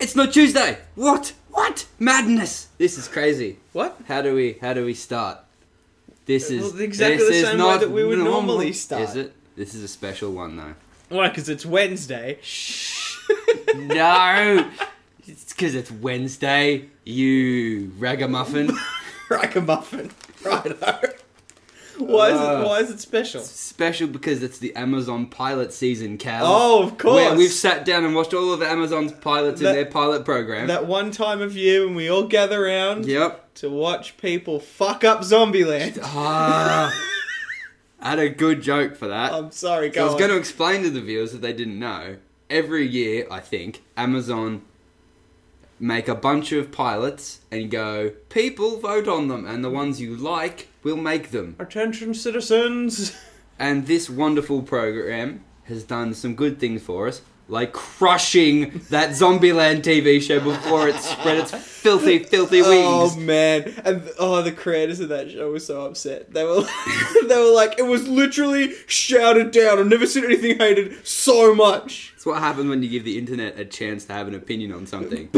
It's not Tuesday. What? What? Madness. This is crazy. What? How do we how do we start? This is Well, exactly this the is same way not that we would normal. normally start. Is it? This is a special one though. Why? Because it's Wednesday. no. It's because it's Wednesday, you ragamuffin. Ragamuffin. Righto. Why is Ah. it? Why is it special? Special because it's the Amazon pilot season, Cal. Oh, of course. Where we've sat down and watched all of Amazon's pilots That- in their pilot program. That one time of year when we all gather around yep. to watch people fuck up Zombieland. Ah, I had a good joke for that. I'm sorry, So I go was on. going to explain to the viewers if they didn't know. Every year, I think Amazon make a bunch of pilots and go, people vote on them, and the ones you like, we'll make them. Attention, citizens. And this wonderful program has done some good things for us, like crushing that Zombieland TV show before it spread its filthy, filthy Oh wings. man, and th- oh, the creators of that show were so upset. They were, they were like, it was literally shouted down. I've never seen anything hated so much. It's what happens when you give the internet a chance to have an opinion on something.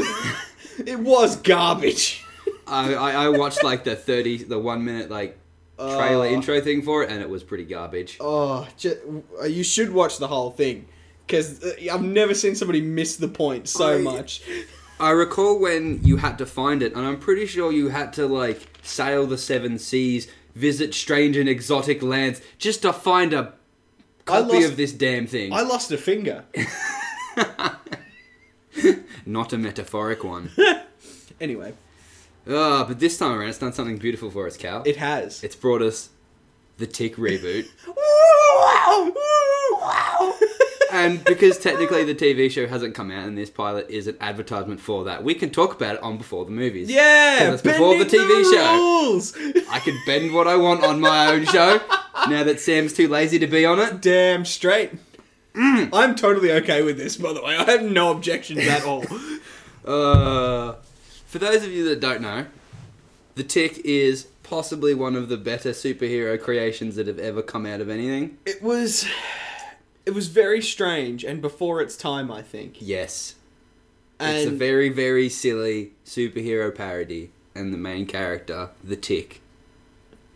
It was garbage. I, I, I watched like the thirty, the one minute like trailer Oh. intro thing for it, and it was pretty garbage. Oh, ju- uh, you should watch the whole thing because I've never seen somebody miss the point so I- much. I recall when you had to find it, and I'm pretty sure you had to like sail the seven seas, visit strange and exotic lands, just to find a I copy lost- of this damn thing. I lost a finger. Not a metaphoric one. Anyway, Ah, but this time around, it's done something beautiful for us, Cal. it has. it's brought us the Tick reboot. Wow! Wow! and because technically the TV show hasn't come out, and this pilot is an advertisement for that, we can talk about it on before the movies. yeah, Because it's before the bending TV show. rules. I can bend what I want on my own show. Now that Sam's too lazy to be on it, Damn straight. Mm. I'm totally okay with this, by the way. I have no objections at all. uh, for those of you that don't know, the Tick is possibly one of the better superhero creations that have ever come out of anything. it was. It was very strange and before its time, I think. Yes, it's a And very very silly superhero parody, and the main character, the Tick.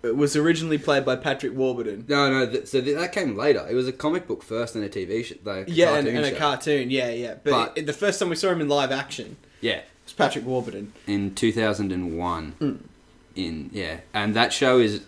it was originally played by Patrick Warburton. No, no. Th- so th- that came later. It was a comic book first, and a TV show. Like a Yeah, and, cartoon and a show. cartoon. Yeah, yeah. But, But- it- the first time we saw him in live action Yeah, was Patrick Warburton. in 2001 in yeah and that show is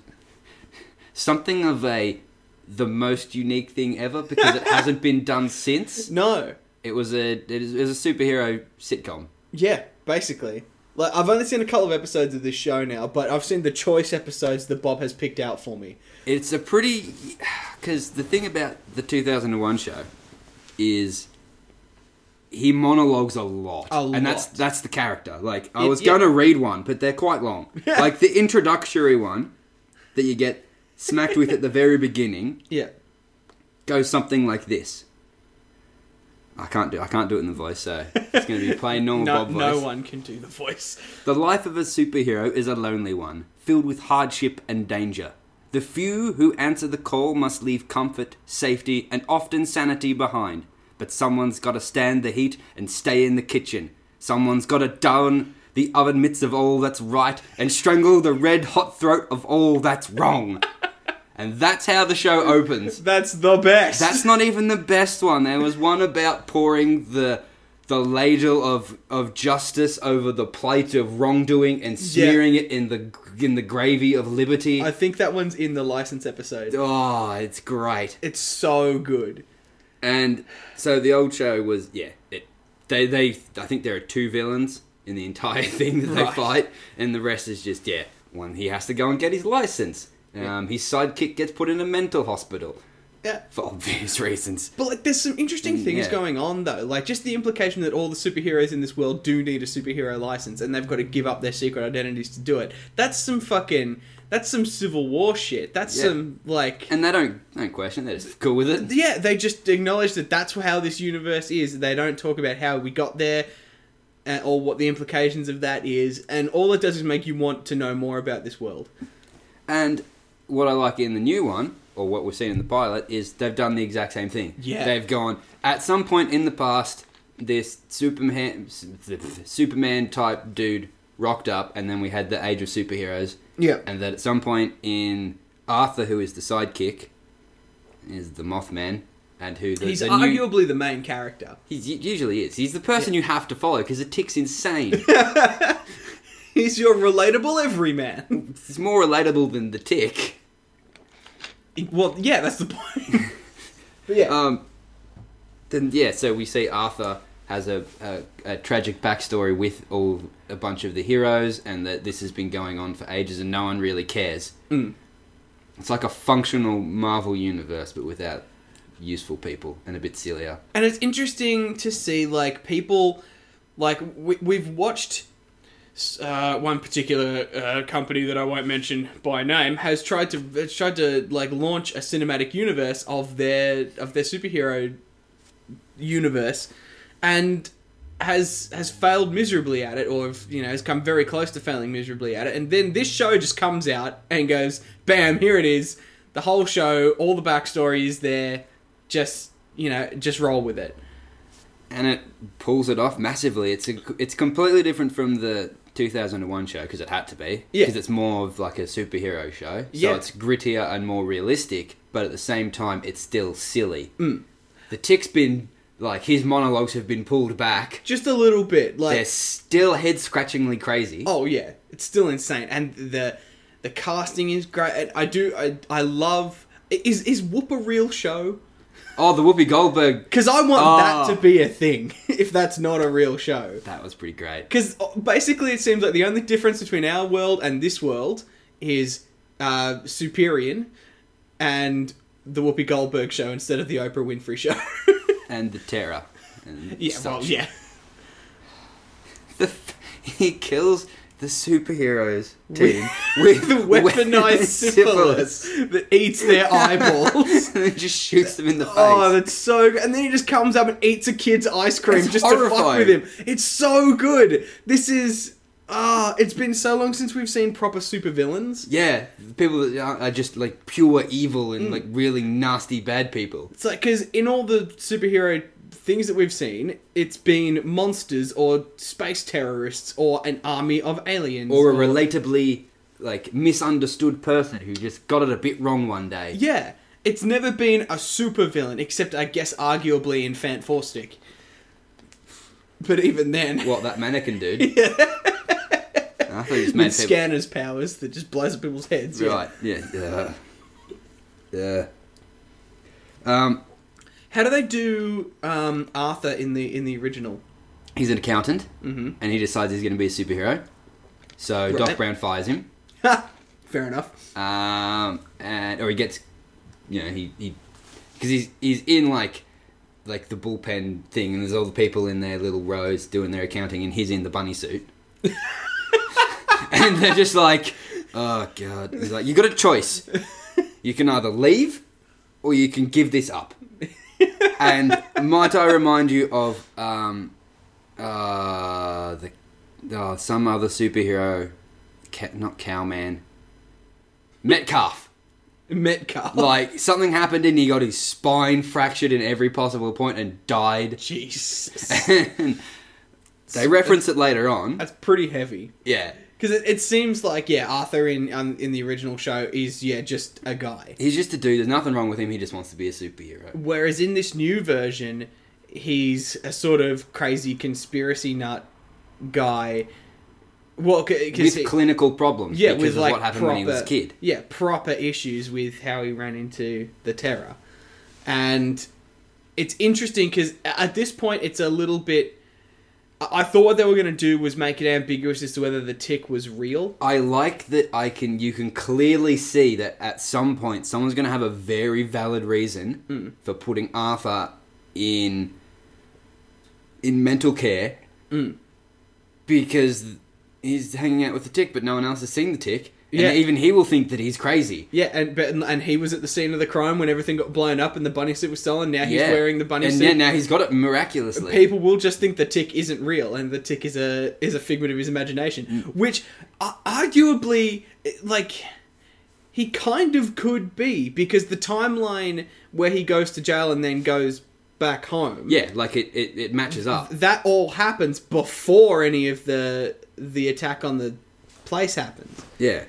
something of a the most unique thing ever because it hasn't been done since No. it was a it is, it was a superhero sitcom Yeah, basically. Like I've only seen a couple of episodes of this show now, but I've seen the choice episodes that Bob has picked out for me. it's a pretty because the thing about the 2001 show is he monologues a lot, A and that's lot. that's the character. Like I It- was yeah. going to read one, but they're quite long. Yeah. Like the introductory one that you get smacked with at the very beginning Yeah. goes something like this. I can't do I can't do it in the voice, so it's going to be plain normal No, Bob voice. no one can do the voice. The life of a superhero is a lonely one, filled with hardship and danger. The few who answer the call must leave comfort, safety, and often sanity behind. But someone's got to stand the heat and stay in the kitchen. Someone's got to down the oven midst of all that's right and strangle the red hot throat of all that's wrong. and that's how the show opens. That's the best. That's not even the best one. There was one about pouring the the ladle of of justice over the plate of wrongdoing and smearing it in the in the gravy of liberty. I think that one's in the license episode. oh, it's great. It's so good. And so the old show was yeah. It, they they I think there are two villains in the entire thing that they Right. fight, and the rest is just yeah. One he has to go and get his license. Um, his sidekick gets put in a mental hospital Yeah. for obvious reasons. But like there's some interesting things Mm, Yeah. going on though. Like just the implication that all the superheroes in this world do need a superhero license and they've got to give up their secret identities to do it. That's some fucking that's some civil war shit. That's Yeah. some like And they don't they don't question. it, They're just cool with it. yeah, they just acknowledge that that's how this universe is. They don't talk about how we got there uh, or what the implications of that is and all it does is make you want to know more about this world. And what I like in the new one, or what we've seen in the pilot, is they've done the exact same thing. Yeah. They've gone, at some point in the past, this Superman Superman type dude rocked up, and then we had the Age of Superheroes, Yeah. and that at some point in Arthur, who is the sidekick, is the Mothman, and who the, He's the new- arguably the main character. He u- usually is. He's the person you have to follow because the tick's insane. He's your relatable everyman. it's more relatable than the tick. well, yeah, that's the point. but yeah. Um, then yeah, so we see Arthur has a, a, a tragic backstory with all a bunch of the heroes, and that this has been going on for ages, and no one really cares. Mm. It's like a functional Marvel universe, but without useful people and a bit sillier. And it's interesting to see like people like we, we've watched uh, one particular uh, company that I won't mention by name has tried to has tried to like launch a cinematic universe of their of their superhero universe and has has failed miserably at it or you know has come very close to failing miserably at it and then this show just comes out and goes bam here it is the whole show all the backstory is there just you know just roll with it and it pulls it off massively. It's a, it's completely different from the 2001 show because it had to be Yeah. because it's more of like a superhero show. So Yeah. it's grittier and more realistic, but at the same time, it's still silly. Mm. The tick's been like his monologues have been pulled back. just a little bit like They're still head scratchingly crazy. Oh yeah, it's still insane, and the the casting is great. And I do, I, I love. Is is Whoop a real show? Oh, the Whoopi Goldberg Because I want Oh. that to be a thing. If that's not a real show, that was pretty great. because uh, basically it seems like the only difference between our world and this world is uh, Superior and the Whoopi Goldberg show instead of the Oprah Winfrey show. And the terror. And yeah, well, such. yeah. The f- he kills the superheroes team with, The weaponized syphilis, that eats their eyeballs. and then just shoots them in the face. Oh, that's so good. And then he just comes up and eats a kid's ice cream It's just to fuck horrifying. with him. It's so good. This is ah, it's been so long since we've seen proper supervillains. yeah, the people that are are just like pure evil Hmm. and like really nasty bad people. It's like cuz in all the superhero things that we've seen, it's been monsters or space terrorists or an army of aliens Or a relatably like misunderstood person who just got it a bit wrong one day. Yeah. It's never been a supervillain except I guess arguably in Fant Four Stick. But even then What that mannequin dude. yeah. I thought he just made with people. scanners powers that just blows up people's heads. yeah. Right, yeah. Yeah. yeah. Um, How do they do um, Arthur in the in the original? he's an accountant Mm-hmm. and he decides he's going to be a superhero. So Doc Right. Brown fires him. Fair enough. um, and or he gets, you know, he he because he's he's in like like the bullpen thing, and there's all the people in their little rows doing their accounting, and he's in the bunny suit, and they're just like, oh god, he's like, you got a choice, you can either leave, or you can give this up, and might I remind you of um, uh, the. Oh, some other superhero, ca- not cowman, Metcalf. Metcalf. Like something happened and he got his spine fractured in every possible point and died. Jesus, And they reference it later on. that's pretty heavy. Yeah. Because it, it seems like yeah, Arthur in um, in the original show is yeah just a guy, He's just a dude, there's nothing wrong with him, he just wants to be a superhero. whereas in this new version, he's a sort of crazy conspiracy nut guy. Well, because With clinical problems. yeah, because with of like what happened proper, when he was a kid. Yeah, proper issues with how he ran into the terror, and it's interesting because at this point it's a little bit. I I thought what they were going to do was make it ambiguous as to whether the tick was real. I like that I can you can clearly see that at some point someone's going to have a very valid reason for putting Arthur in in mental care Mm. because he's hanging out with the tick but no one else has seen the tick and Yeah. even he will think that he's crazy. Yeah, and but, and he was at the scene of the crime when everything got blown up and the bunny suit was stolen. Now he's Yeah. wearing the bunny and suit. yeah, now he's got it miraculously. people will just think the tick isn't real and the tick is a is a figment of his imagination Mm. which uh, arguably like he kind of could be because the timeline where he goes to jail and then goes back home. Yeah, like it, it, it matches up. That all happens before any of the the attack on the place happens. Yeah.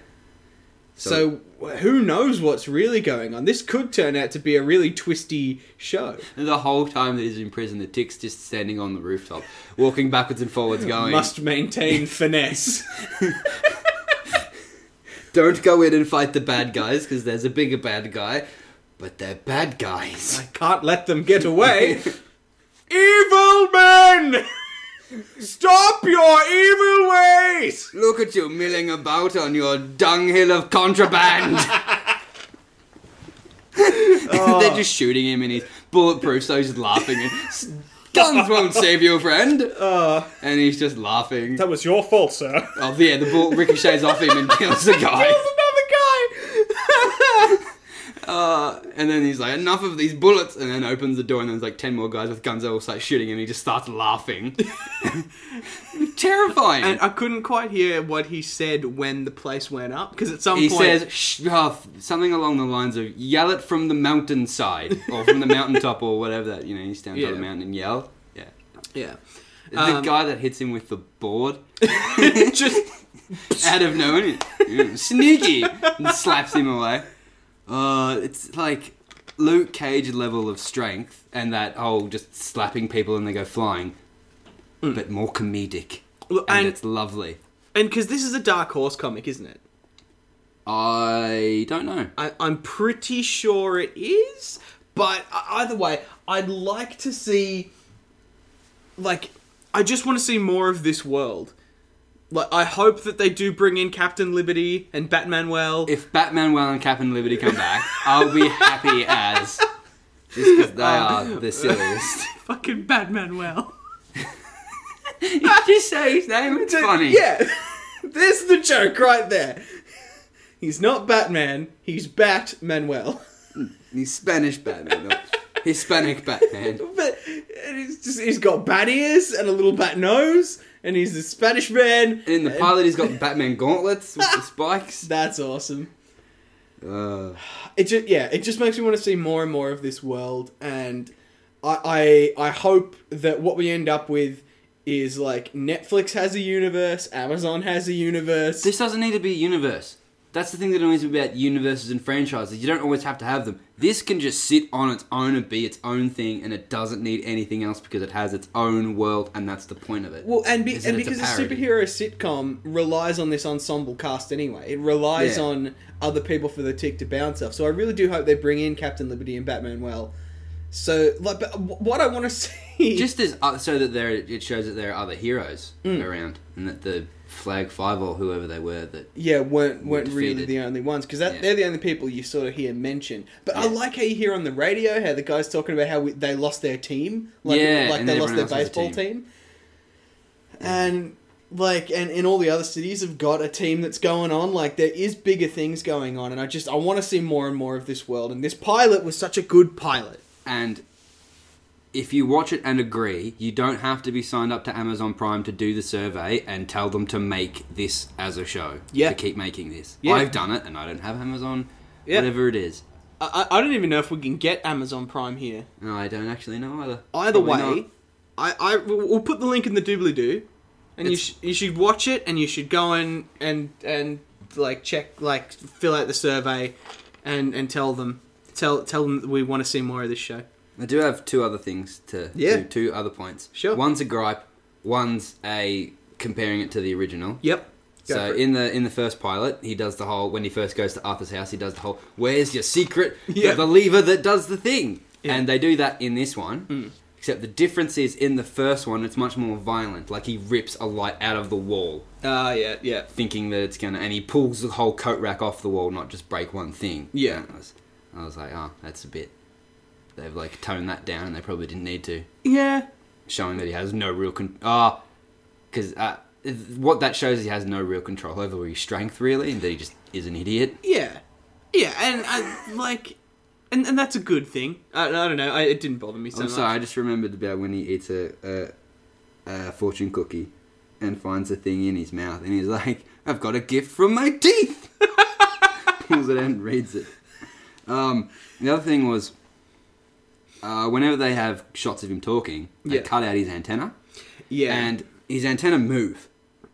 So, who knows what's really going on? This could turn out to be a really twisty show. the whole time that he's in prison, the tick's just standing on the rooftop, walking backwards and forwards, going, Must maintain finesse. Don't go in and fight the bad guys because there's a bigger bad guy, but they're bad guys. I can't let them get away. evil men! Stop your evil ways! Look at you milling about on your dunghill of contraband. They're just shooting him and he's bulletproof, so he's just laughing. And, "S- Guns won't save you, friend. and he's just laughing. That was your fault, sir. Oh, yeah, the bullet ricochets off him and kills the guy. another guy! Uh, and then he's like, enough of these bullets, and then opens the door, and there's like 10 more guys with guns that all start shooting, and he just starts laughing. Terrifying. and I couldn't quite hear what he said when the place went up, because at some he point. says Shh, oh, f- something along the lines of yell it from the mountainside or from the mountaintop or whatever that you know you stand on Yeah. the mountain and yell yeah yeah. the Um, guy that hits him with the board just. out of nowhere "Yeah, sneaky and slaps him away uh, it's like Luke Cage level of strength and that whole just slapping people and they go flying but more comedic Hmm. Well, and, and- it's lovely And because this is a Dark Horse comic, isn't it? I don't know I, I'm pretty sure it is, but e- either way, I'd like to see. Like, I just want to see more of this world. Like, I hope that they do bring in Captain Liberty and Batman. Well, if Batman, Well, and Captain Liberty come back, I'll be happy as. Just because they Uh, are the silliest. fucking Batman. Well, Just say his name, it's funny. yeah, there's the joke right there. He's not Batman. He's Bat Manuel. He's Spanish Batman, or Hispanic Batman. But and he's just he's got bat ears and a little bat nose, and he's a Spanish man. And in the and- pilot, he's got Batman gauntlets with the spikes. That's awesome. Uh, It just yeah, it just makes me want to see more and more of this world, and I I, I hope that what we end up with is like Netflix has a universe, Amazon has a universe. this doesn't need to be a universe. That's the thing that annoys me about universes and franchises. You don't always have to have them. This can just sit on its own and be its own thing, and it doesn't need anything else because it has its own world, and that's the point of it. well, and, be, is that and it's because a, parody. superhero sitcom relies on this ensemble cast anyway, it relies Yeah. on other people for the tick to bounce off. So I really do hope they bring in Captain Liberty and Batman. Well, so like, but wh- what I want to see just as uh, so that there it shows that there are other heroes around and that the flag five or whoever they were that Yeah, weren't Were weren't really defeated. the only ones because that Yeah. they're the only people you sort of hear mentioned. But I Yeah. like how you hear on the radio how the guys talking about how we, they lost their team, like Yeah, like and they then lost everyone their else has a baseball team, team. and like and, and all the other cities have got a team that's going on. Like there is bigger things going on, and I just I want to see more and more of this world. And this pilot was such a good pilot. and if you watch it and agree you don't have to be signed up to amazon prime to do the survey and tell them to make this as a show Yeah. to keep making this Yeah. i've done it and i don't have amazon Yeah. whatever it is I, I I don't even know if we can get Amazon Prime here. no i don't actually know either Either Probably way, not. I, I we'll we'll put the link in the doobly doo, and you It's- sh- you should watch it, and you should go and and and like check like fill out the survey, and and tell them tell tell them that we want to see more of this show. I do have two other things to Yeah. two, two other points. Sure. One's a gripe, one's a comparing it to the original. Yep. Go so for it. in the in the first pilot, he does the whole when he first goes to Arthur's house, he does the whole "Where's your secret?" Yeah. The lever that does the thing, Yeah. Mm. and they do that in this one. Except the difference is in the first one, it's much more violent. Like he rips a light out of the wall, Ah yeah yeah thinking that it's gonna, and he pulls the whole coat rack off the wall, not just break one thing. Yeah. And I was, I was like, oh, that's a bit. They've like toned that down, and they probably didn't need to yeah showing that he has no real con. Ah, because uh, what that shows he has no real control over his strength, really, and that he just is an idiot. yeah yeah and I like. And, and that's a good thing. I, I don't know. I, it didn't bother me so I'm much. sorry, I just remembered about when he eats a, a, a fortune cookie and finds a thing in his mouth, and he's like, "I've got a gift from my teeth." Pulls it out and reads it. Um, the other thing was uh, whenever they have shots of him talking, they Yeah. cut out his antenna, Yeah. and his antenna move,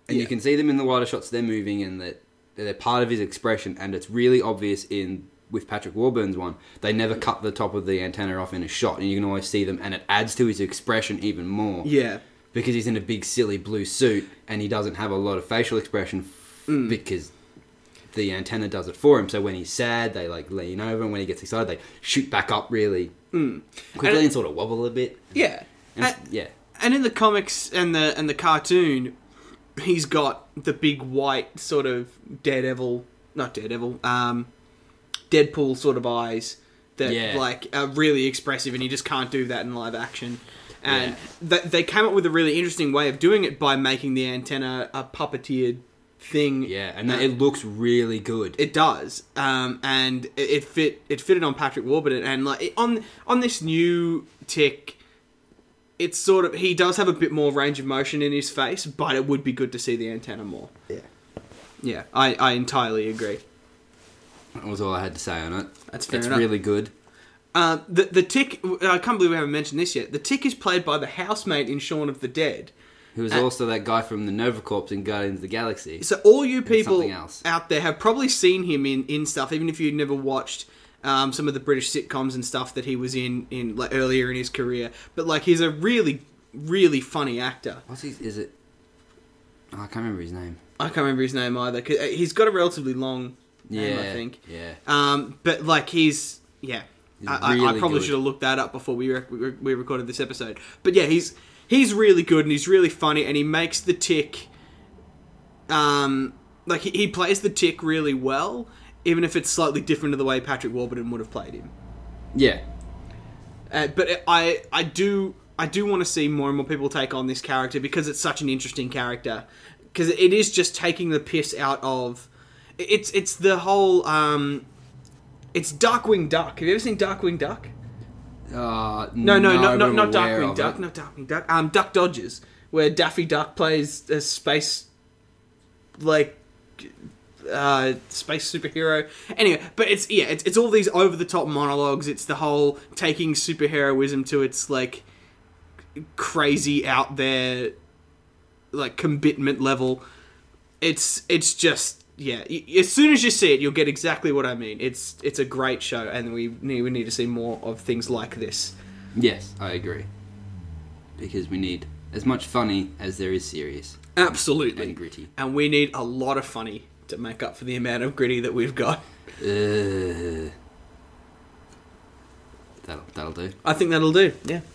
and Yeah. you can see them in the wider shots. They're moving, and that they're part of his expression, and it's really obvious in with Patrick Warburton's one. They never cut the top of the antenna off in a shot, and you can always see them, and it adds to his expression even more yeah. because he's in a big silly blue suit and he doesn't have a lot of facial expression f- Mm. because the antenna does it for him. So when he's sad, they like lean over, and when he gets excited, they shoot back up really quickly and, Mm. And- sort of wobble a bit. Yeah. And And, it's- yeah, and in the comics and the and the cartoon, he's got the big white sort of daredevil, not daredevil, um, Deadpool sort of eyes that Yeah. like are really expressive, and he just can't do that in live action. And Yeah. th- they came up with a really interesting way of doing it by making the antenna a puppeteered thing. yeah, and that, it looks really good. It does, um, and it, it fit. It fitted on Patrick Warburton, and like it, on on this new tick, it's sort of he does have a bit more range of motion in his face, but it would be good to see the antenna more. yeah, Yeah, I, I entirely agree. that was all I had to say on it. That's fair It's enough. really good. Uh, the the tick, I can't believe we haven't mentioned this yet. The tick is played by the housemate in Shaun of the Dead. He was Uh, also that guy from the Nova Corps in Guardians of the Galaxy. So all you people something else. out there have probably seen him in, in stuff, even if you'd never watched um, some of the British sitcoms and stuff that he was in in like earlier in his career. But like he's a really really funny actor. What's his? Is it? Oh, I can't remember his name. I can't remember his name either. 'cause, uh, he's got a relatively long Yeah, name, I think. Yeah, Um, but like he's yeah, He's I, I, I really probably good. should have looked that up before we, rec- we rec- we recorded this episode. But yeah, he's he's really good and he's really funny and he makes the tick. Um, like he, he plays the tick really well, even if it's slightly different to the way Patrick Warburton would have played him. yeah. Uh, but I I do I do want to see more and more people take on this character because it's such an interesting character because it is just taking the piss out of it's it's the whole um it's Darkwing Duck. Have you ever seen Darkwing Duck? Uh, No, no, no, but no I'm not aware Darkwing of Duck, it. not Darkwing Duck. Um, Duck Dodgers, where Daffy Duck plays a space like uh, space superhero. Anyway, but it's yeah, it's, it's all these over the top monologues. It's the whole taking superheroism to its like crazy out there like commitment level. It's it's just yeah. y- As soon as you see it, you'll get exactly what I mean. It's it's a great show, and we need, we need to see more of things like this. Yes, I agree. Because we need as much funny as there is serious Absolutely. and gritty. And we need a lot of funny to make up for the amount of gritty that we've got. Ugh. that'll that'll do. I think that'll do. Yeah.